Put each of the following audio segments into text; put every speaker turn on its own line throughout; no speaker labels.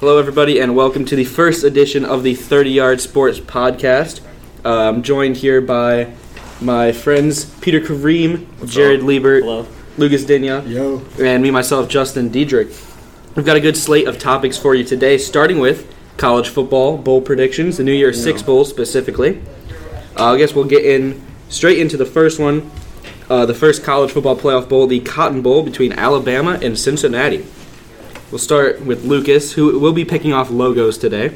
Hello, everybody, and welcome to the first edition of the 30 Yard Sports Podcast. Uh, I'm joined here by my friends Peter Kareem, Jared Liebert, Lucas Dinya,
Yo.
and me, myself, Justin Diedrich. We've got a good slate of topics for you today, starting with college football, bowl predictions, the New Year Six Bowl specifically. Uh, I guess we'll get in straight into the first one, uh, the first college football playoff bowl, the Cotton Bowl between Alabama and Cincinnati. We'll start with Lucas, who will be picking off logos today.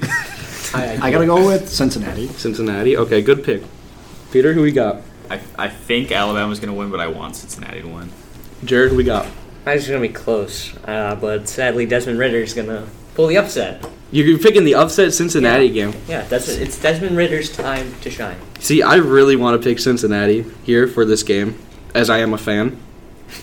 I gotta go with Cincinnati.
Cincinnati. Okay, good pick. Peter, who we got?
I, I think Alabama's going to win, but I want Cincinnati to win.
Jared, who we got?
Mine's gonna be close, uh, but sadly Desmond Ritter's gonna pull the upset.
You're picking the upset Cincinnati game.
Yeah, that's it's Desmond Ritter's time to shine.
See, I really want to pick Cincinnati here for this game, as I am a fan.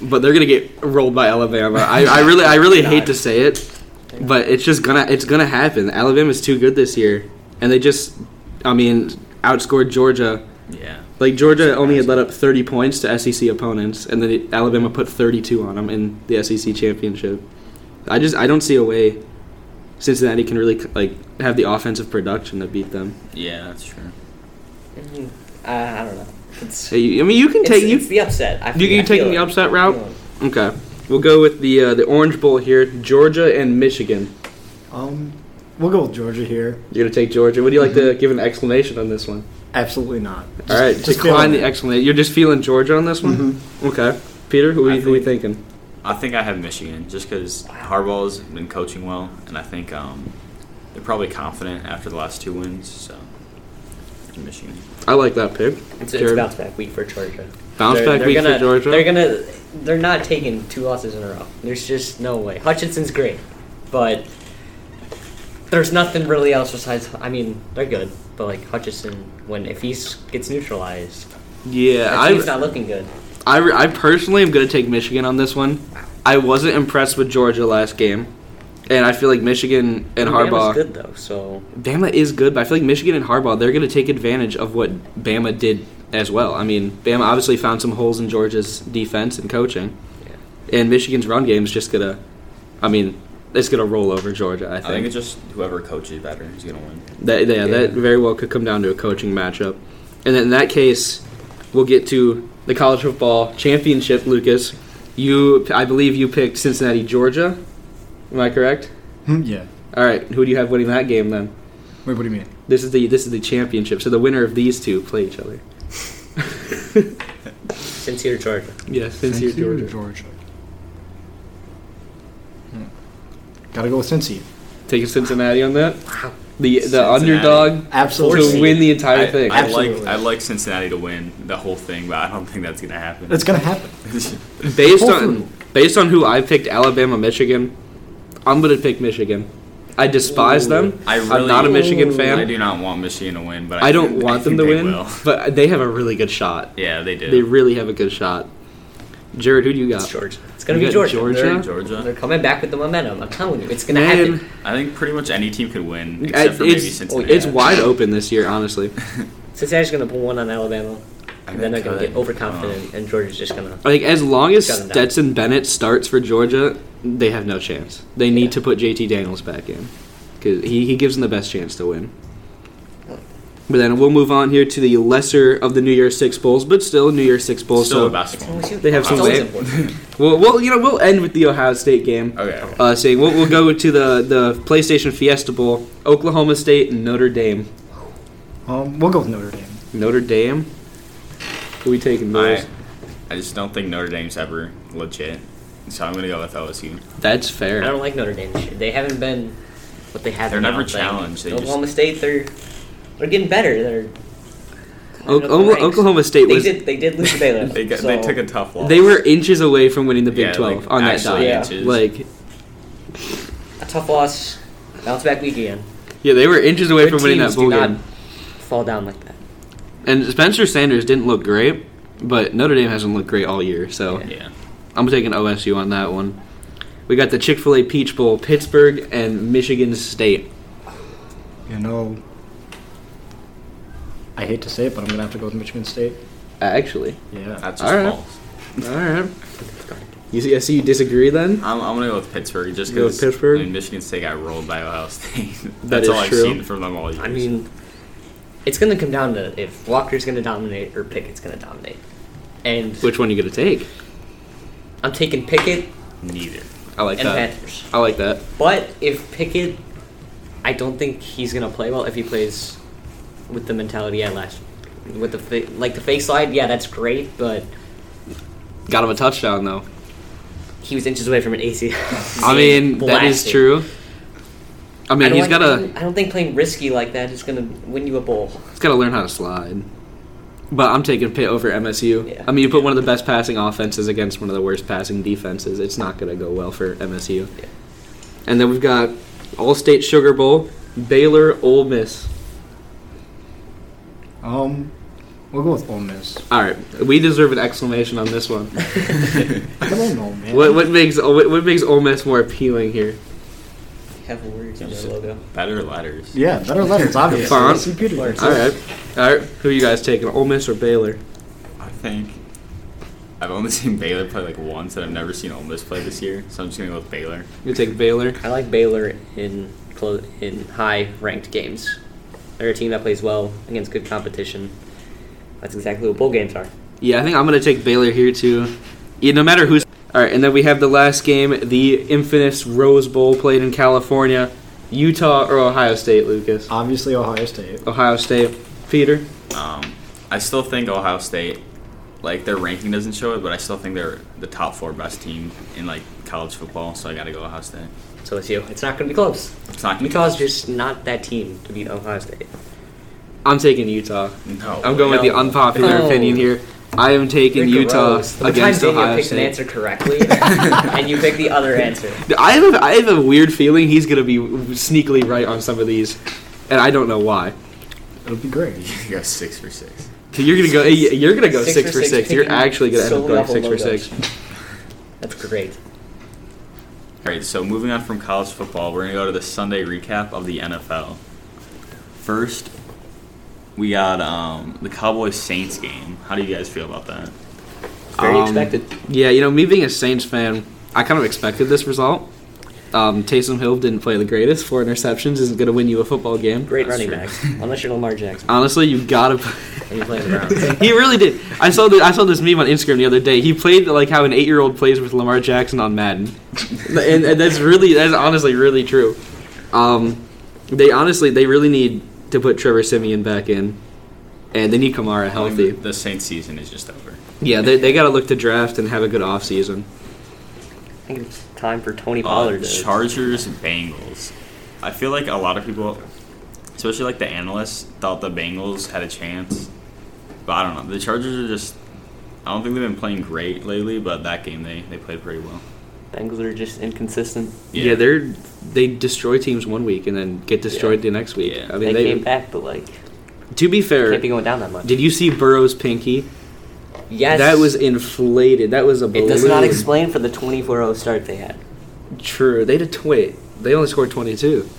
But they're gonna get rolled by Alabama. I, I really, I really hate to say it, but it's just gonna, it's gonna happen. Alabama's too good this year, and they just, I mean, outscored Georgia.
Yeah.
Like Georgia only had let up 30 points to SEC opponents, and then it- Alabama put 32 on them in the SEC championship. I just, I don't see a way Cincinnati can really like have the offensive production to beat them.
Yeah, that's true.
Mm, I, I don't know. It's,
So you, I mean, you can
it's,
take you
it's the upset. I
You, you
I feel
taking the
it.
upset
I
route?
feel it.
Okay, we'll go with the uh, the Orange Bowl here. Georgia and Michigan.
Um, we'll go with Georgia here.
You're gonna take Georgia. Would you like
Mm-hmm.
to give an explanation on this one?
Absolutely not.
All right, decline
feeling
the
it. Mm-hmm.
explanation. You're just feeling Georgia on this one. Okay, Peter, who are
I
we, who we thinking?
I think I have Michigan just because Harbaugh's been coaching well, and I think um, they're probably confident after the last two wins. So, Michigan.
I like that pick.
It's, it's
Jared.
bounce back week for Georgia.
Bounce back week for
gonna,
Georgia?
They're gonna they're not taking two losses in a row. There's just no way. Hutchinson's great, but there's nothing really else besides. I mean, they're good, but like Hutchinson, when if he gets neutralized,
Yeah,
that team's
I,
not looking good.
I re- I personally am gonna take Michigan on this one. I wasn't impressed with Georgia last game, and I feel like Michigan and Harbaugh.
Alabama's good though, so
Bama is good, but I feel like Michigan and Harbaugh, they're going to take advantage of what Bama did as well. I mean, Bama obviously found some holes in Georgia's defense and coaching, and Michigan's run game is just going to, I mean, it's going to roll over Georgia, I
I think
think.
it's just whoever coaches better is going to win.
that, yeah, that very well could come down to a coaching matchup. And then in that case, we'll get to the college football championship, Lucas. You, I believe you picked Cincinnati, Georgia. Am I correct?
Hmm, yeah.
All right, who do you have winning that game then?
Wait, what do you mean?
This is the this is the championship. So the winner of these two play each other.
since you're Georgia,
Yes, since
Thank
you're
you,
Georgia.
Georgia. Hmm. Gotta go with Cincy.
Taking Cincinnati on that.
wow,
The the
Cincinnati.
underdog
Absolutely.
to win the entire
I,
thing.
I
Absolutely.
like I like Cincinnati to win the whole thing, but I don't think that's going to happen.
It's gonna happen.
based
Pull
on
through.
based on who I picked Alabama, Michigan, I'm gonna pick Michigan. I despise them.
I
I'm
really-
not a Michigan fan.
I do not want Michigan to win, but I,
I don't
think- I
want them
think
to
they
win,
will.
but they have a really good shot.
Yeah, they
They
did.
really have a good shot. Jared, who do you got?
it's Georgia. It's gonna
You
be
got
Georgia.
Georgia?
They're, they're
Georgia.
coming back with the momentum. I'm telling you, it's gonna
Man,
happen.
I think pretty much any team could win
I-
except for maybe
it's,
Cincinnati.
it's wide open this year, honestly.
Cincinnati's gonna pull one on Alabama,
I
and then they're
think
gonna
so.
get
Oh.
overconfident, and Georgia's just gonna.
Like as long as
Got him down.
Stetson Bennett starts for Georgia, they have no chance. They need to put JT Daniels back in because he, he gives them the best chance to win. But then we'll move on here to the lesser of the New Year's Six bowls, but still New Year's Six bowls.
Still
so
a basketball.
They have
It's
some
always
weight.
important.
we'll, we'll you know we'll end with the Ohio State game.
Okay. okay.
Uh, saying we'll, we'll go to the the PlayStation Fiesta Bowl, Oklahoma State and Notre Dame.
Um, we'll go with Notre Dame.
Notre Dame. Who we taking those?
I, I just don't think Notre Dame's ever legit, so I'm gonna go with LSU.
That's
I
fair.
don't like Notre Dame. this year. They haven't been what they have.
They're
now,
never
but
challenged, they
Oklahoma State, they're they're getting better. They're
O-
climbing up the ranks.
Oklahoma State
They
was
did. They did lose to Baylor.
They got,
so
they took a tough loss.
They were inches away from winning the Big
Yeah, like,
12 on that
actually
side.
inches.
Like,
a tough loss. Bounce back week again.
yeah, they were inches away
Good
from winning that
teams
bowl
do not
game.
Fall down like that.
And Spencer Sanders didn't look great, but Notre Dame hasn't looked great all year. So
Yeah.
I'm taking OSU on that one. We got the Chick fil A Peach Bowl, Pittsburgh and Michigan State.
You know, I hate to say it, but I'm gonna have to go with Michigan State.
Actually.
Yeah.
That's just
All right.
false.
All right. You see, I see you disagree then.
I'm, I'm gonna go with Pittsburgh just
Go with
because
Pittsburgh?
I mean, Michigan State got rolled by Ohio State.
That
That's
is
all I've
true.
seen from them all year.
I mean, it's going to come down to if Walker's going to dominate or Pickett's going to dominate. And
Which one are you gonna take?
I'm taking Pickett
neither.
I like
and
that.
Panthers.
I like that.
But if Pickett, I don't think he's going to play well if he plays with the mentality he had last with the fa- like the fake slide. Yeah, that's great, but
Got him a touchdown though.
he was inches away from an AC.
I mean, that is
Blasted.
true. I mean,
don't
he's
like-
got to
I don't think playing risky like that is going to win you a bowl.
he's got to learn how to slide. But I'm taking Pitt over MSU.
Yeah.
I mean, you put one of the best passing offenses against one of the worst passing defenses. It's not going to go well for MSU.
Yeah.
And then we've got All-State Sugar Bowl, Baylor, Ole Miss.
Um, we'll go with Ole Miss.
All right, we deserve an exclamation on this one.
I don't know, man.
What, what makes what, what makes Ole Miss more appealing here?
Have words on
Just
their logo.
Better letters.
Yeah, better letters, obviously.
Font.
It's beautiful.
All right, all right. Who you guys taking, Ole Miss or Baylor?
I think I've only seen Baylor play like once, and I've never seen Ole Miss play this year. So I'm just gonna go with Baylor.
You take Baylor.
I like Baylor in clo- in high ranked games. They're a team that plays well against good competition. That's exactly what bowl games are.
Yeah, I think I'm gonna take Baylor here too. Yeah, no matter who's. All right, and then we have the last game, the infamous Rose Bowl played in California, Utah or Ohio State, Lucas.
Obviously, Ohio State.
Ohio State, Peter.
Um, I still think Ohio State, like their ranking doesn't show it, but I still think they're the top four best team in like college football. So I gotta go Ohio State.
So it's you. It's not going to be close.
It's not gonna
Utah's just not that team to beat Ohio State.
I'm taking Utah.
No,
I'm going with the
No.
unpopular
No.
opinion here. I am taking Utah
Every time
against
Daniel
Ohio
picks an
State.
answer correctly, and you pick the other answer.
I have a, I have a weird feeling he's gonna be sneakily right on some of these, and I don't know why.
It'll be great.
You got six for six.
So you're gonna go eh, you're gonna go
Six
six,
for
for
six,
6 You're
picking
actually gonna end up
solo
going
level
six for
logos.
six.
That's great.
All right, so moving on from college football, we're going to go to the Sunday recap of the NFL. First, we got um, the Cowboys Saints game. How do you guys feel about that?
Very
Um,
expected.
Yeah, you know, me being a Saints fan, I kind of expected this result. Um, Taysom Hill didn't play the greatest. Four interceptions isn't going to win you a football game.
Great
That's
running
true.
back. Unless you're Lamar Jackson
Honestly, you gotta.
and you play the Browns.
he really did. I saw the, I saw this meme on Instagram the other day. He played like how an eight year old plays with Lamar Jackson on Madden, and, and that's really that's honestly really true. Um, they honestly they really need to put Trevor Simeon back in, and they need Kamara healthy.
The Saints season is just over.
Yeah, they they got to look to draft and have a good offseason.
I think it's time for Tony
Uh,
Pollard. to-
Chargers Bengals. I feel like a lot of people, especially like the analysts, thought the Bengals had a chance, but I don't know. The Chargers are just. I don't think they've been playing great lately, but that game they, they played pretty well.
Bengals are just inconsistent.
Yeah, they're they destroy teams one week and then get destroyed the next week.
Yeah.
I mean,
they
they,
came back, but like
to be fair,
can't be going down that much.
did you see Burrow's pinky?
Yes,
That was inflated. That was a
It does not
balloon.
explain for the 24-0 start they had.
True, they did twit. They only scored twenty two.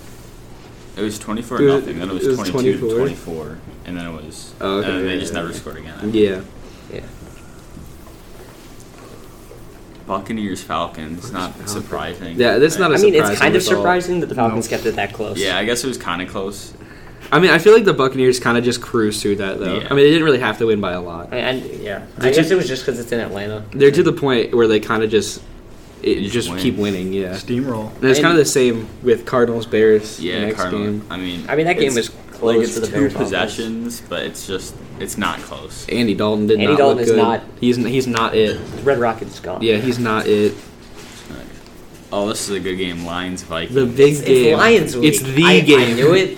It was 24
It was-
nothing, then it was,
it was
22
24.
24, and then it was.
Oh, okay,
and then they
yeah,
just
yeah,
never
yeah.
scored again.
Yeah,
Yeah.
Buccaneers Falcons, not
Falcons.
surprising.
Yeah, that's not
I
a-
mean, it's
surprising
kind of
result.
surprising that the Falcons
No.
kept it that close.
Yeah, I guess it was kind of close.
I mean, I feel like the Buccaneers kind of just cruised through that though.
Yeah.
I mean, they didn't really have to win by a lot.
I mean, and, yeah. I
They're
guess
just-
it was just because it's in Atlanta.
They're to the point where they kind of just it,
Just
just
win.
keep winning. Yeah,
Steamroll.
and it's
And-
kind of the same with Cardinals Bears. the
Yeah,
next
Cardinals.
game.
I mean,
I mean, that game
it's-
was close
Like it's
for the
two
Bears offense.
possessions, but it's just it's not close.
Andy Dalton did
Andy
not
Dalton
look
is
good.
not-
He's he's not it.
Red Rocket's gone.
Yeah, he's not it.
Oh, this is a good game. Lions
The
Vikings.
big
It's
game.
Lions week.
It's the
I,
game.
I knew it.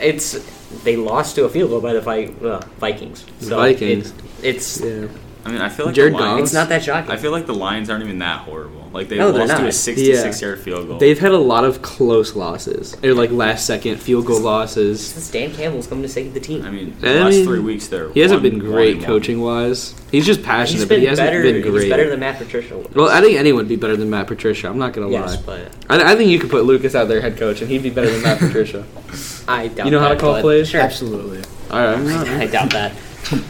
It's they lost to a field goal by the Vi- uh, Vikings. So
Vikings.
It, it's
Yeah.
I mean, I feel like
Jared
the Lions.
it's not that shocking.
I feel like the Lions aren't even that horrible. Like they
No, they're
lost to
not.
a 66
Yeah.
yard field goal.
They've had a lot of close losses. They're like last second field goal losses.
Since Dan Campbell's coming to save the team.
I mean,
I
the last
mean,
three weeks they're.
He hasn't
one-
been great
one and one.
coaching wise. He's just passionate,
he's
but
been
he hasn't
better.
been
He's
great.
better than Matt Patricia. was.
well, I think anyone would be better than Matt Patricia. I'm not gonna
yes,
lie.
but
I, I think you could put Lucas out there head coach, and he'd be better than Matt Patricia.
I doubt.
You know how
that,
to call
but
plays?
Sure.
Absolutely.
All right.
I doubt that.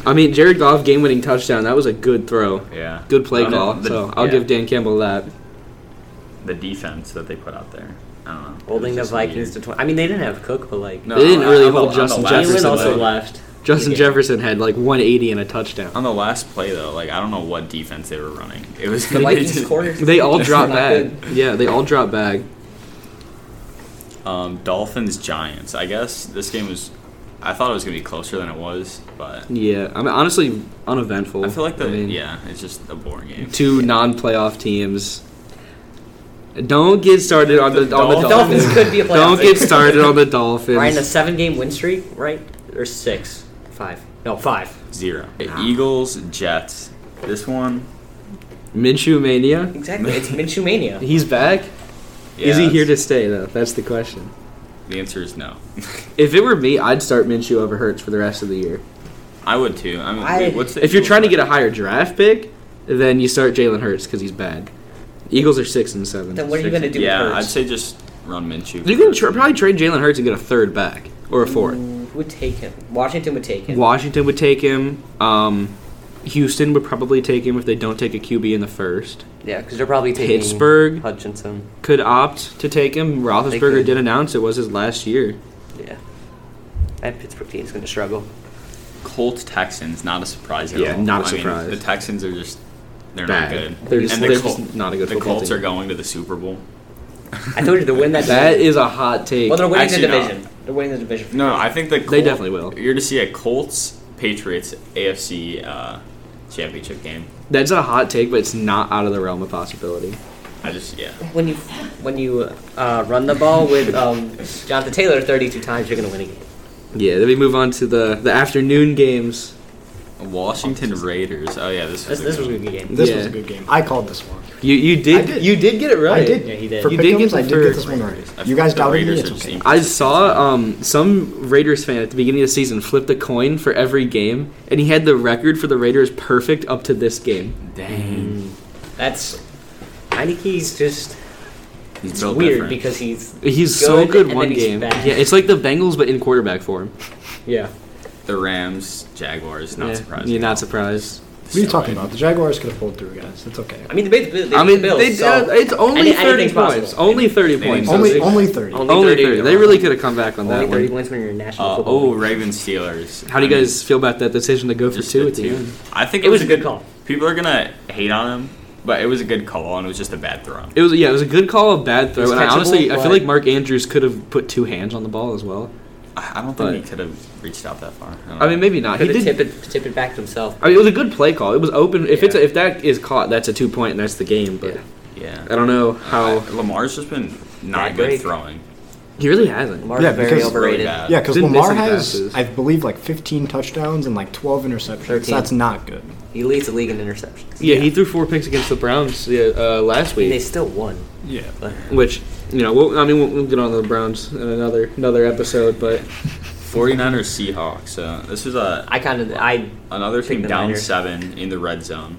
I mean, Jared Goff game winning touchdown. That was a good throw.
Yeah.
Good play
I don't know,
call.
the-
so I'll
yeah,
give Dan Campbell that.
the defense that they put out there. I don't know. It
Holding the
was just
Vikings
weird.
to 20. I mean, they didn't have Cook, but like.
No,
They didn't really
on the-
hold
on
Justin
the last
Jefferson
Jalen
play-
also
though.
left.
Justin
Yeah.
Jefferson had like 180 and a touchdown.
On the last play though, like I don't know what defense they were running. It was
The Vikings corner.
They all dropped
Not
back.
good.
Yeah, they all dropped back.
Um, Dolphins Giants. I guess this game was. I thought it was gonna be closer than it was, but
Yeah, I mean, honestly, uneventful.
I feel like the
mean,
yeah, it's just a boring game.
two non-playoff teams. Don't get started on the,
The
on the
Dolphins
Dolphins.
could be a playoff.
Don't
team.
get started on the Dolphins.
Ryan, a seven-game win streak, right? Or six, five? No, five.
Zero. Eagles Jets. This one.
Minshew mania.
Exactly. It's Minshew mania.
He's back.
yeah,
Is he here to
it's-
stay though? That's the question.
The answer is no.
If it were me, I'd start Minshew over Hurts for the rest of the year.
I would too. I mean,
I-
wait, what's the
If you're
Eagles
trying to get a
record?
higher draft pick, then you start Jalen Hurts because he's bad. Eagles are six and seven.
Then what are you going to do
yeah,
with
I'd
Hurts?
say just run Minshew.
You can tra- probably trade Jalen Hurts and get a third back or a fourth.
Who would take him? Washington would take him.
Washington would take him. Um, Houston would probably take him if they don't take a QB in the first.
Yeah, because they're probably taking
Pittsburgh.
Hutchinson.
Could opt to take him. Roethlisberger
could.
did announce it was his last year.
Yeah. That Pittsburgh team's going to struggle.
Colts Texans. Not a surprise at
Yeah,
all.
not a
I mean,
surprise.
the Texans are just they're
Bad.
not good.
They're just-
and the
they're
Col-
just not a good
The
football
Colts
team.
are going to the Super Bowl.
I told you to win that.
That is a hot take.
well, they're winning
Actually,
the
no.
division. They're winning the division.
No, no, I think the Col-
They definitely will.
You're to see a Colts Patriots AFC uh, championship game.
That's a hot take, but it's not out of the realm of possibility.
I just yeah.
When you when you uh, run the ball with um, Jonathan Taylor 32 times, you're going to win a game.
Yeah, then we move on to the, the afternoon games.
Washington Raiders. Oh yeah, this
This,
was a
this
good
was a
one.
good game.
This
Yeah.
was a good game. I called this one.
You you did,
did.
you did get it right.
I did.
Yeah, he did.
For
You did get
pick'ems,
the
I did
third
get this one right. You guys
The
doubted me.
Raiders
It's
are just
okay.
in-
I saw um, some Raiders fan at the beginning of the season flip the coin for every game, and he had the record for the Raiders perfect up to this game. Mm.
Dang.
That's. I think he's just
He's
it's
built
weird
different.
because he's
He's so
Good,
good
and
one
then he's
game.
bad.
Yeah, it's like the Bengals but in quarterback form.
yeah.
the Rams Jaguars. Not
Yeah,
surprising.
You're
at all.
not surprised.
What are you talking about? The Jaguars could have pulled through, guys. It's okay.
I mean the Bills. They, beat
I mean,
the Bills,
they did,
so
it's only
Any-
thirty
anything's
points. Oh,
possible.
Only thirty
Anything's
points.
Only,
They-
only 30.
Only-
only
30.
thirty. They really could have come back on
only
that
30
one.
wins when you're a national
Uh,
football.
oh,
league.
Ravens Steelers.
How do you
I mean,
guys feel about that decision to go for
just
two
the
at the
two.
end?
I think
It was a good call.
People are gonna hate on him, but it was a good call and it was just a bad throw.
It was yeah, it was a good call, a bad throw,
was
and I
catchable,
honestly I
but-
feel like Mark Andrews could have put two hands on the ball as well.
I I don't think
But-
he could have reached out that far. I, don't
I mean,
know.
maybe not. He
could have
did
tip it tip it back to himself.
I mean, it was a good play call. It was open. If it's
Yeah.
a, if that is caught, that's a two point, and that's the game. But
Yeah.
Yeah.
I don't know how
I- Lamar's just been not
Bad
good
break.
throwing.
he really hasn't.
Lamar's
Yeah,
very
because-
overrated.
Really bad.
yeah, because
Didn't miss
Lamar
any
has,
passes.
I believe, like 15 touchdowns and like 12 interceptions.
13.
That's not good.
he leads the league in interceptions.
Yeah, he threw four picks against the Browns yeah, uh, last
And they
week,
still won.
Yeah.
But
which you know, we'll, I mean, we'll, we'll get on to the Browns in another another episode. But
49ers Seahawks. So this was a
I kind of I
another
Pick
team
the
down
Niners.
seven in the red zone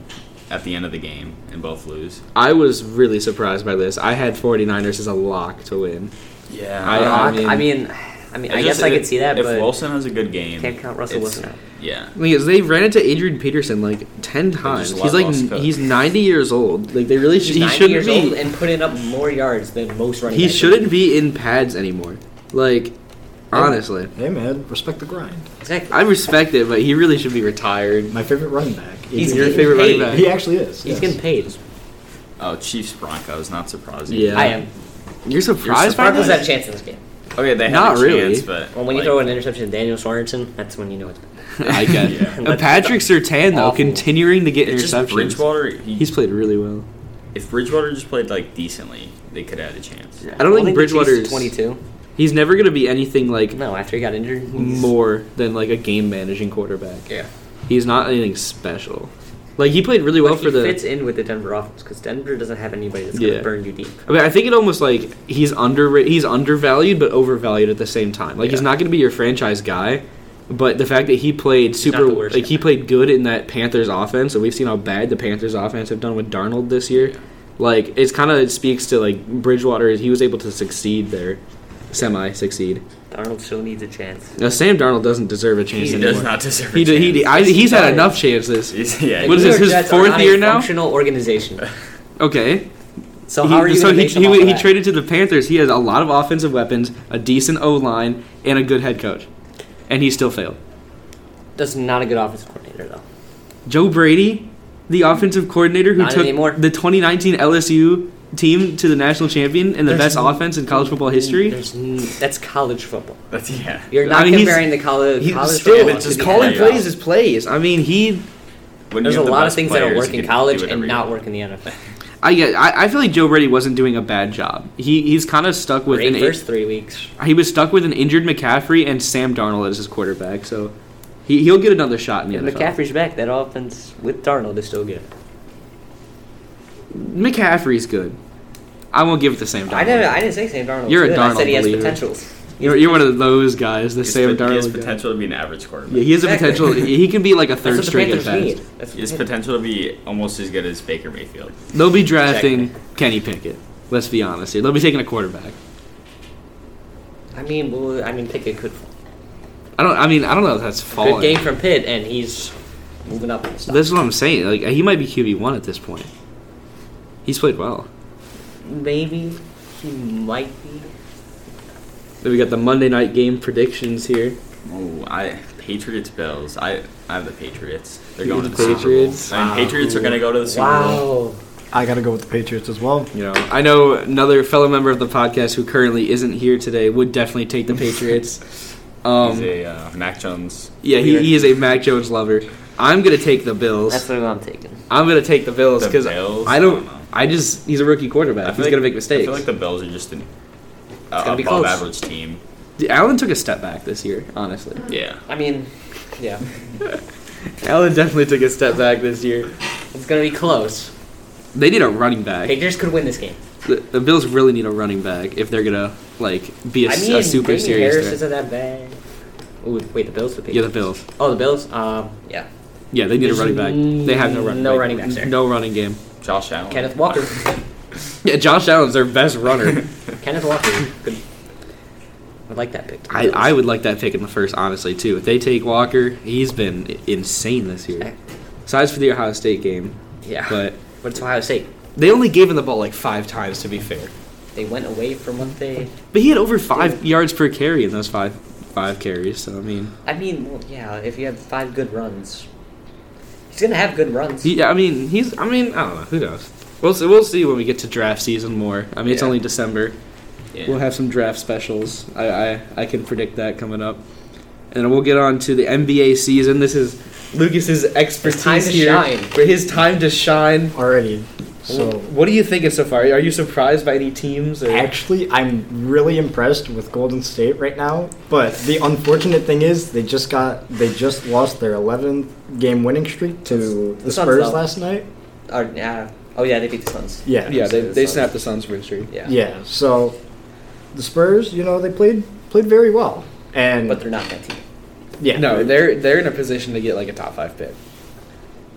at the end of the game and both lose.
I was really surprised by this. I had 49ers as a lock to win.
Yeah,
I-
I,
mean-
I mean, I mean, I guess I could see that,
If
but
Wilson has a good game,
can't count Russell
it's-
Wilson out.
Yeah,
Because they ran into Adrian Peterson like ten times.
just
He's like
let Ross cook.
he's ninety years old. Like they really sh-
he's
he
90
shouldn't
years old
be.
and putting up more yards than most running.
He
backs.
shouldn't be in pads anymore. Like honestly,
Hey, man, respect the grind.
Exactly.
I respect it, but he really should be retired.
My favorite running back.
He's
Adrian
your
getting
favorite running
paid.
back.
He actually is.
He's
yes.
getting paid.
Oh, Chiefs Broncos, not surprising.
Yeah.
I am.
You're
You're
surprised by
Broncos
this?
had a chance in this game.
Okay, they had
Not
a
really.
chance, but
Well, when
like,
you throw an interception to Daniel Sorensen, that's when you know it's bad.
I get it.
Yeah.
And Patrick Sertan, though,
Awful.
continuing to get
it's just
interceptions.
Bridgewater. He,
He's played really well.
if Bridgewater just played like decently, they could have had a chance.
I don't think
the Chiefs
Bridgewater's-
22.
He's never going to be anything like
No, after he got injured, he's-
more than like a game managing quarterback.
Yeah.
He's not anything special. Like he played really well
But
for
he
the.
fits in with the Denver offense because Denver doesn't have anybody that's
Yeah.
gonna burn you deep.
I mean, I think it almost like he's under he's undervalued but overvalued at the same time. Like he's
Yeah.
not going to be your franchise guy, but the fact that he played
not
super
the worst
like he
guy.
played good in that Panthers offense, and we've seen how bad the Panthers offense have done with Darnold this year. Like it's kind of it speaks to like Bridgewater is he was able to succeed there. semi succeed.
Darnold still needs a chance.
Now Sam Darnold doesn't deserve a chance
He
anymore.
does not deserve.
He,
a
d- he, d-
chance.
I,
Yes, he
he's had
does.
enough chances.
He's- yeah,
What is
The
this,
New
his
York Jets
fourth
are not a
year now?
Functional organization.
Okay.
So how
He-
are you?
so
gonna
he,
make them
he,
off of
he
that?
traded to the Panthers. He has a lot of offensive weapons, a decent O line, and a good head coach, and he still failed.
That's not a good offensive coordinator though.
Joe Brady, the offensive coordinator who
Not
took
anymore.
the 2019 LSU team to the national champion and the
There's
best
no-
offense in college football history.
There's n- that's college football.
That's yeah.
You're not
I mean, he's-
comparing the college.
He
college
still
football
it's
to
just
the
calling
NFL.
plays is
plays. I mean, he.
When
There's
you
a
have the
lot of
best
things that
players,
don't work
you
in
can
college
do whatever
and
you
not
want.
work in the NFL.
I get. I, I feel like Joe Brady wasn't doing a bad job. He he's kind of stuck with
Great
an.
first three weeks.
He was stuck with an injured McCaffrey and Sam Darnold as his quarterback. So, he he'll get another shot in the
If
NFL.
McCaffrey's back, that offense with Darnold is still good.
McCaffrey's good. I won't give it to Sam Darnold.
I didn't. I didn't say Sam Darnold.
You're a
was good. I
Darnold
said he has
believer.
potentials.
You're, you're one of those guys, the
He's
Sam
pot- He has
Darnold. guy.
potential to be an average quarterback.
Yeah, he has a
Exactly.
potential. he can be like a
That's
third
what the
straight at
Panthers need.
best.
That's
He has
what-
potential to be almost as good as Baker Mayfield.
They'll be drafting Kenny Pickett. Let's be honest here. They'll be taking a quarterback.
I mean, well, I mean, Pickett could.
I don't. I mean, I don't know if that's
Good
falling.
game from Pitt, and he's moving up. in the
That's what I'm saying. Like he might be QB one at this point. He's played well.
Maybe he might be.
Then we got the Monday night game predictions here.
Oh, I Patriots Bills. I I have the Patriots. They're
You
going to
have
the
the Patriots?
Super Bowl. I mean, Patriots are going to go to the Super Bowl.
Wow.
I gotta go with the Patriots as well.
You know, I know another fellow member of the podcast who currently isn't here today would definitely take the Patriots.
He's
Um,
a uh, Mac Jones.
yeah, he, he is a Mac Jones lover. I'm gonna take the Bills.
That's what I'm taking.
I'm gonna take the Bills
The
because
Bills?
I
I
don't.
don't know.
I just he's a rookie quarterback. He's
feel like-
gonna make
I
mistakes.
feel like the Bills are just an uh,
gonna
above
be close.
average team.
Dude, Allen took a step back this year. Honestly,
Yeah.
I mean, yeah,
Allen definitely took a step back this year.
it's gonna be close.
They need a running back.
Patriots could win this game.
The, the Bills really need a running back if they're gonna like be a,
I
s-
mean,
a super
Damien
serious
Harris
threat.
isn't that bad. Ooh, wait, the Bills. or The
Yeah, the
Patriots?
Bills.
Oh, the Bills. Um, yeah.
Yeah, they need a
There's
running back. They have no running.
no
back.
running backs there.
No running game.
Josh Allen.
Kenneth Walker.
Yeah, Josh Allen's their best runner.
Kenneth Walker. Good. I like that pick.
I, I would like that pick in the first, honestly, too. If they take Walker, he's been i- insane this year. Besides for the Ohio State game,
Yeah.
but
But it's Ohio State.
they only gave him the ball like five times, to be fair.
They went away from what they.
But he had over five yards per carry in those five five carries. So I mean,
I mean, well, yeah. If you have five good runs, he's gonna have good runs.
he, I mean, he's. I mean, I don't know. Who knows? We'll see, we'll see when we get to draft season more. I mean, it's
Yeah.
only December.
Yeah.
We'll have some draft specials. I, I I can predict that coming up, and we'll get on to the NBA season. This is Lucas's expertise
time to
here
shine.
for his time to shine.
Already. So
what are you thinking so far? Are you surprised by any teams? Or?
actually, I'm really impressed with Golden State right now. But the unfortunate thing is, they just got they just lost their 11th game winning streak to the
Suns, though.
Spurs last night.
Or, yeah. Oh yeah, they beat the Suns.
Yeah.
yeah, they,
so
they
it's not-
snapped the Suns' win streak.
Yeah.
Yeah. So the Spurs, you know, they played played very well. And
But they're not that team.
yeah,
No, they're they're in a position to get like a top five pick.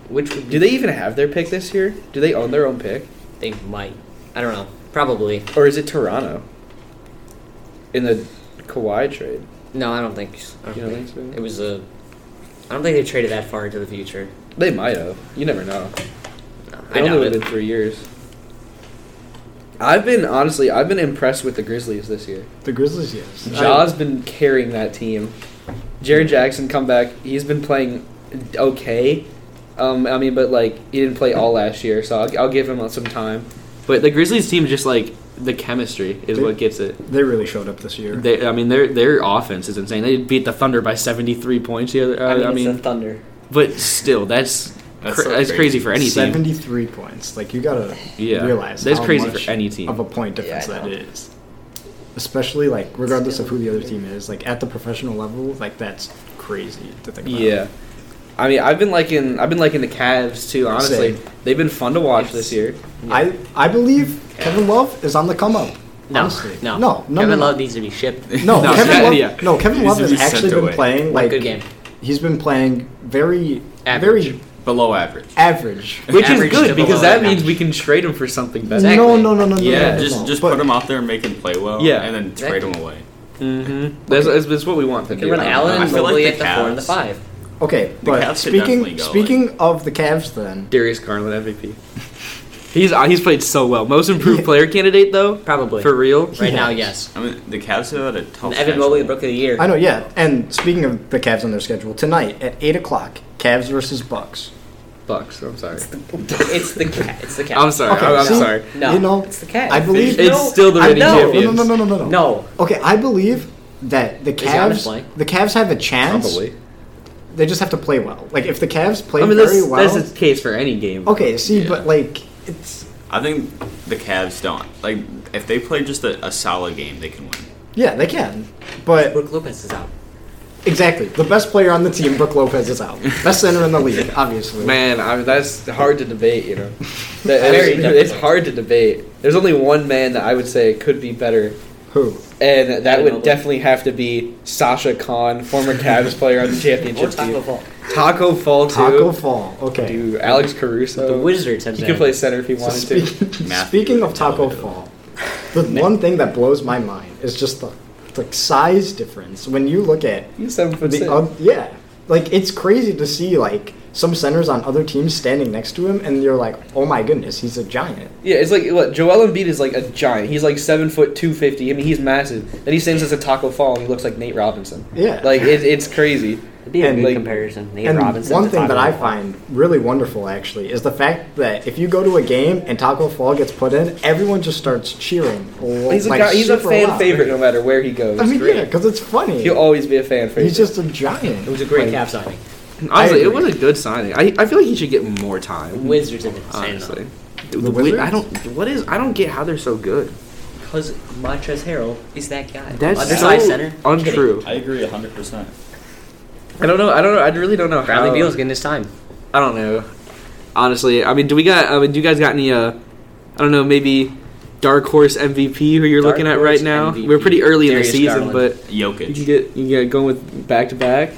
Which would
Do they even have their pick this year? Do they own their own pick,
They might. I don't know. Probably.
or is it Toronto? In the Kawhi trade,
No, I don't think. I don't
You don't
think,
think so?
it was a. I don't think they traded that far into the future.
they might have. You never know.
No,
It
I
only
doubt
would have
it.
been three years. I've been honestly, I've been impressed with the Grizzlies this year.
the Grizzlies. Yes.
Jaw's been carrying that team. Jared Jackson come back. He's been playing okay. Um, I mean, but like he didn't play all last year, so I'll, I'll give him some time. But the Grizzlies team just like the chemistry is what gets it.
They really showed up this year.
They, I mean, their their offense is insane. They beat the Thunder by seventy three points. The other, uh,
I mean,
I mean,
it's the Thunder.
but still, that's
That's
cra-
so
that's crazy
crazy.
for any team.
Seventy-three points. Like you gotta
Yeah.
realize
That's
how
crazy
much
for any team.
of a point difference
Yeah, I
that
know.
is. Especially like regardless of who the other team is, like at the professional level, like that's crazy to think about.
Yeah. I mean, I've been liking I've been liking the Cavs too. Honestly,
Same.
they've been fun to watch this year.
I I believe Kevin Love is on the come up.
No,
honestly.
no,
no, no,
Kevin
no, no.
Love needs to be shipped.
No,
No,
Kevin
yeah,
Love,
yeah.
no, Kevin
He's
Love
gonna
has
be sent
actually been
away.
playing like
good game.
He's been playing very,
Average.
very
Below average.
average.
Which is
Average to
good because
below
that
average.
means we can trade him for something better.
Exactly.
No, no, no, no, no.
Yeah,
no,
Just
no.
just
But
put him out there and make him play well.
Yeah.
And then trade him
Exactly.
away.
Mm-hmm. That's, that's, that's what we want them
They
to do.
run Allen
I
and
feel like
Mobley
the
at the four and the
Cavs-
five.
Okay,
The
but
Cavs should
speaking
definitely go,
speaking of the Cavs, then
Darius Garland MVP. He's uh, he's played so well. Most improved player candidate though,
Probably.
for real.
right now,
Yes.
yes.
I mean, the Cavs have had a tough.
And Evan Mobley,
schedule.
Brook of the Year.
I know, yeah. And speaking of the Cavs on their schedule tonight at eight o'clock, Cavs versus Bucks.
Bucks. I'm sorry.
It's the cat. It's the cat.
I'm sorry. I'm, I'm
see?
sorry.
No,
you know,
it's the Cavs.
I believe
It's still the
I
reigning
know.
no, no,
champions.
no, no, no, no, no.
No,
Okay, I believe that the
Is Giannis
Cavs
playing?
the Cavs have a chance.
Probably.
They just have to play well. Like if the Cavs play
I mean,
very
that's,
well.
that's the case for any game.
okay, see,
Yeah.
but like it's
I think the Cavs don't like if they play just a, a solid game, they can win.
yeah, they can. But
Brook Lopez is out.
exactly, the best player on the team, Brooke Lopez, is out. Best center in the league, obviously.
Man, I mean, that's hard to debate, you know. That-
Very
it's,
difficult.
it's hard to debate. There's only one man that I would say could be better,
Who?
and that
Evan
would
Mobley.
definitely have to be Sasha Khan, former Cavs player on the
Or
championship
Taco
team.
Fall.
Taco Fall, too.
Taco Fall. Okay.
Dude, Alex Caruso.
The Wizards have
He
been-
could play center if he
So
wanted to.
speak-
Matthew
speaking of Taco
Dellavedova.
Fall, the one thing that blows my mind is just the like size difference when you look at
He's seven foot
the
six.
oth- yeah, like it's crazy to see like some centers on other teams standing next to him, and you're like, oh my goodness, he's a giant.
Yeah, it's like what Joel Embiid is like a giant. He's like seven foot two fifty. I mean, he's massive. Then he stands as a Taco Fall and he looks like Nate Robinson.
Yeah.
like it, it's crazy.
It'd be a
And,
good
like-
comparison. Nate
and
Robinson.
one
to
thing that I
Taco Fall.
find really wonderful actually is the fact that if you go to a game and Taco Fall gets put in, everyone just starts cheering. l-
He's a
like,
guy, he's a
Oh super
fan
loud.
favorite no matter where he goes.
I mean,
Great.
yeah, because it's funny.
he'll always be a fan favorite.
He's just a giant.
It was a great
Like,
cap signing.
honestly, it
agree.
was a good signing. I, I feel like he should get more time.
Wizards have been
Honestly,
insane.
Dude,
The
Wi-
Wizards?
I don't. What is? I don't get how they're so good.
Because Montrezl Harrell is that guy.
That's
undersized
so
center.
untrue.
I agree hundred percent.
I don't know. I don't know. I really don't know
Bradley
Uh,
how.
Beal's getting his time.
I don't know. Honestly, I mean, do we got? I mean, do you guys got any? Uh, I don't know. Maybe dark horse MVP who you're
Dark
looking at
horse
right now.
MVP.
We're pretty early
Darius
in the season,
Garland.
but you can
Jokic.
get you can get going with back to back.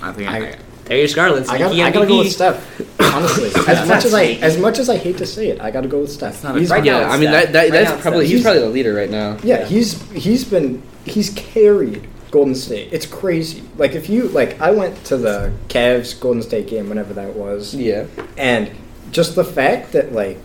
I think
I-
I,
Darius Garland's
I
sneaky
gotta,
MVP.
I gotta go with Steph. Honestly, as much as I as much as I hate to say it, I gotta go with Steph.
not
He's-
Right now
yeah,
it's
I mean
Steph.
that, that
Right now
that's
it's
probably
Steph.
he's probably the leader right now.
yeah,
Yeah.
he's he's been he's carried Golden State. It's crazy. Like if you like, I went to the Cavs Golden State game whenever that was,
Yeah.
and just the fact that like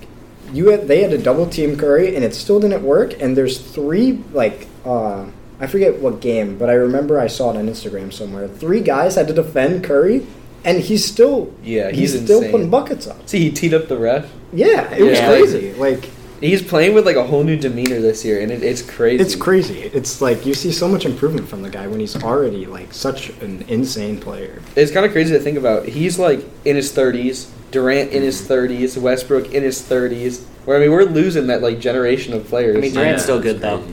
you had they had a double team Curry and it still didn't work, and there's three like uh, I forget what game, but I remember I saw it on Instagram somewhere. Three guys had to defend Curry, and he's still
Yeah, he's
still
insane.
putting buckets up.
See, he teed up the ref.
Yeah, it was
Yeah.
crazy. Like
He's playing with like a whole new demeanor this year, and it, it's crazy.
it's crazy. It's like you see so much improvement from the guy when he's already like such an insane player.
It's kind of crazy to think about. He's like in his thirties, Durant in
Mm-hmm.
his thirties, Westbrook in his thirties. Where I mean, we're losing that like generation of players.
I mean, Durant's still good though.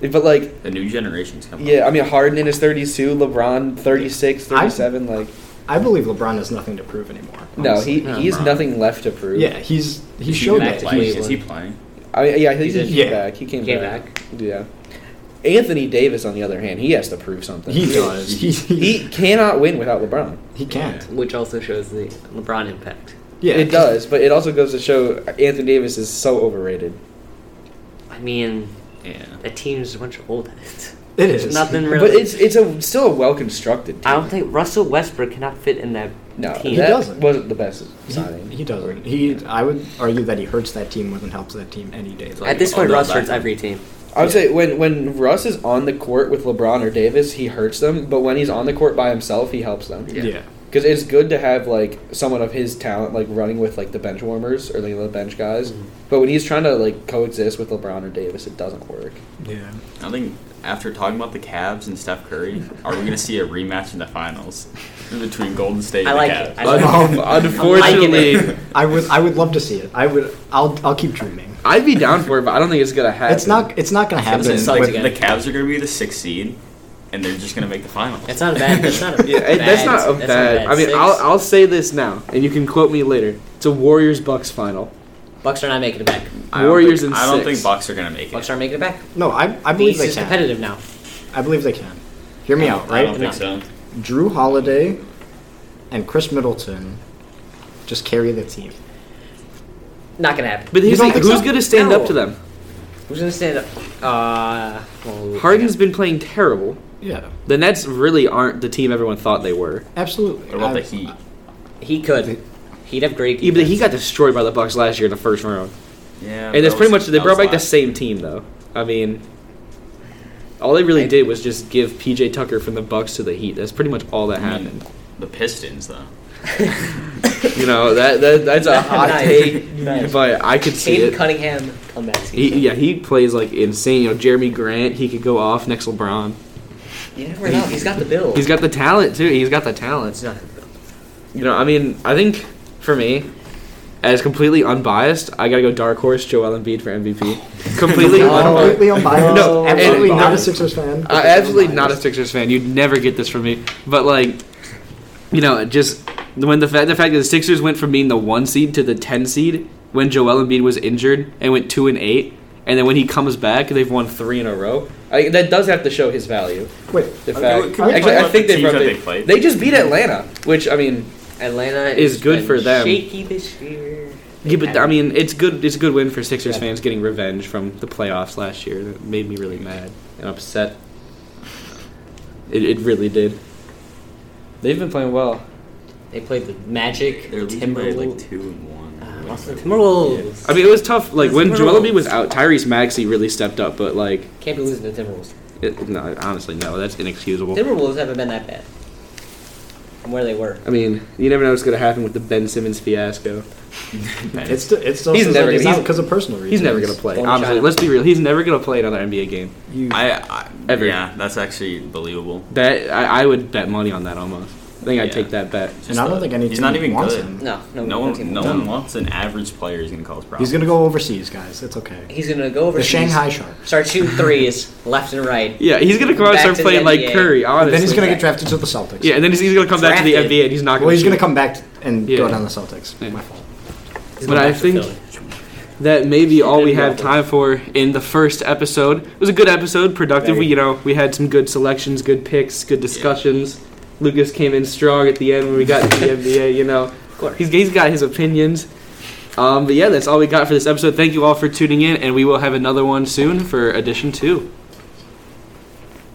but like,
The new generation's coming.
yeah, I mean, Harden in his thirties too. LeBron 36, 37, Like,
I believe LeBron has nothing to prove anymore.
no, he
Yeah,
he's
LeBron.
nothing left to prove.
Yeah, he's he
Is he
showed
back
that.
playing?
he's-
Is he playing?
I mean, yeah, he's,
He did.
he's
Yeah.
back. He came,
Came
back. Yeah. Anthony Davis, on the other hand, he has to prove something.
He does. He,
He
he,
cannot win without LeBron.
he can't.
Which also shows the LeBron impact.
Yeah,
It does, but it also goes to show Anthony Davis is so overrated.
I mean,
Yeah.
that team's a bunch of old heads.
It
There's
is
nothing really.
But it's it's a still a well constructed team.
I don't think Russell Westbrook cannot fit in that
no,
team.
He
that
doesn't.
wasn't the best signing.
He, he doesn't. He. I would argue that he hurts that team more than helps that team any day.
At this point,
Although
Russ
that-
hurts every team.
I would say when when Russ is on the court with LeBron or Davis, he hurts them. But when he's on the court by himself, he helps them.
yeah.
Because it's good to have like someone of his talent like running with like the bench warmers or like the bench guys. But when he's trying to like coexist with LeBron or Davis, it doesn't work.
yeah.
I think after talking about the Cavs and Steph Curry, are we going to see a rematch in the finals between Golden State
I
and
like
the Cavs?
it. I-
Un-
I'm
Unfortunately,
I would. I would love to see it. I would. I'll. I'll keep dreaming.
I'd be down for it, but I don't think it's gonna happen.
It's not. It's not gonna happen.
It's like
but-
the Cavs are going to be the sixth seed, and they're just going to make the finals.
That's not a bad. That's not a
Yeah,
bad.
it- that's not a
that's
bad. I mean,
Six.
I'll, I'll say this now, and you can quote me later. It's a Warriors Bucks final.
Bucks are not making it back.
I don't
Warriors
think-
in
I don't
six.
think Bucks are going to make
Bucks
it.
aren't making it back.
no. I. I
The
believe
East
they
is
can.
competitive now.
I believe they can. Hear me out,
I don't
right?
think so.
Drew Holiday and Chris Middleton just carry the team.
Not gonna happen.
But
You
here's
don't
the-
think
who's
so?
going to stand
No.
up to them?
Who's gonna stand up? Uh, well,
Harden's been playing terrible.
Yeah,
The Nets really aren't the team everyone thought they were.
absolutely.
What about the
I-
Heat?
He could. He'd have great.
Even though he
defense.
got destroyed by the Bucks last year in the first round.
Yeah.
And it's
that
pretty
was-
much they
that
brought
was
back the
last-
same team though. I mean, all they really
I-
did was just give PJ Tucker from the Bucks to the Heat. That's pretty much all that
I mean,
happened.
The Pistons, though.
You know that, that that's a hot
Nice.
take,
Nice.
but I could see
Cade
it.
Cunningham comeback.
He, yeah, he plays like insane. You know, Jeremy Grant, he could go off next LeBron.
You never know. He's got the build.
He's got the talent too. He's got the talent.
It's not the build.
You know, I mean, I think for me, as completely unbiased, I gotta go dark horse Joel Embiid for MVP. Completely
No.
unbiased.
completely unbiased.
No,
absolutely
and-
not a Sixers fan.
I absolutely not a
Unbiased.
Sixers fan. You'd never get this from me. But like, you know, just when the fact the fact that the Sixers went from being the one seed to the ten seed when Joel Embiid was injured and went two and eight, and then when he comes back, they've won three in a row. I, that does have to show his value.
Wait,
The
Okay,
fact,
can we talk
actually, I
about
think
the
they
teams
rubbed
that
it-
they played?
They just beat Atlanta, which I mean,
Atlanta
Is good
been
for them.
Shaky this year.
yeah, but I mean, it's good. It's a good win for Sixers
Yeah.
fans getting revenge from the playoffs last year. That made me really mad and upset. It, it really did. They've been playing well.
They played the Magic,
They're leading by like
Timberwolves.
two and one.
Uh, Austin Timberwolves.
I mean, it was tough. Like
That's
when
the
Joel
rules.
Embiid was out, Tyrese Maxey really stepped up. But like,
Can't be losing to Timberwolves.
it, no, honestly, no, that's inexcusable.
Timberwolves haven't been that bad from where they were.
I mean, you never know what's gonna happen with the Ben Simmons fiasco.
it's still, it's still
He's
says
never-
that he's
he's-
out because of personal reasons.
He's never gonna play.
Only
Honestly,
China.
let's be real. He's never gonna play another NBA game.
You,
I, I
Ever.
yeah, that's actually believable.
That I, I would bet money on that almost. I think I'd
Yeah.
take that bet.
and I don't think any
he's
team
not even
wants
good.
him.
No, no,
No
team
one, no
will.
one wants an average player who's gonna cause problems.
He's gonna go overseas, guys. It's okay.
He's gonna go over
The Shanghai Sharks.
Start shooting threes left and right.
Yeah, he's gonna come out and
Back
start
to the
playing like
NBA.
Curry. Honestly,
And then he's gonna
Honestly.
get drafted to the Celtics.
yeah, and then he's, he's gonna come back to
Drafted.
the NBA and he's not gonna.
Well, he's gonna
shoot.
come back and
Yeah.
go down the Celtics.
Yeah.
My fault.
He's
But
going
I
back to
think-
Philly.
that may be all we
Didn't
have
know.
time for in the first episode. It was a good episode, productive. We, you know, we had some good selections, good picks, good discussions. Lucas came in strong at the end when we got to the NBA. You know,
course.
he's he's got his opinions. Um, but yeah, that's all we got for this episode. Thank you all for tuning in, and we will have another one soon for edition two.